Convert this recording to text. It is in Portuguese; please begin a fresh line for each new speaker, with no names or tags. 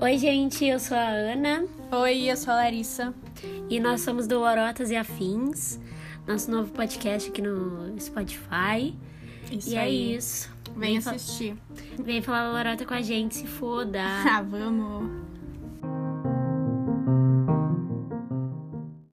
Oi, gente, eu sou a Ana
Oi, eu sou a Larissa.
e nós somos do Orotas e Afins, nosso novo podcast aqui no Spotify.
Isso
e é isso.
Vem
fa-
assistir.
Vem falar lorota com a gente, se foda.
Ah, vamos.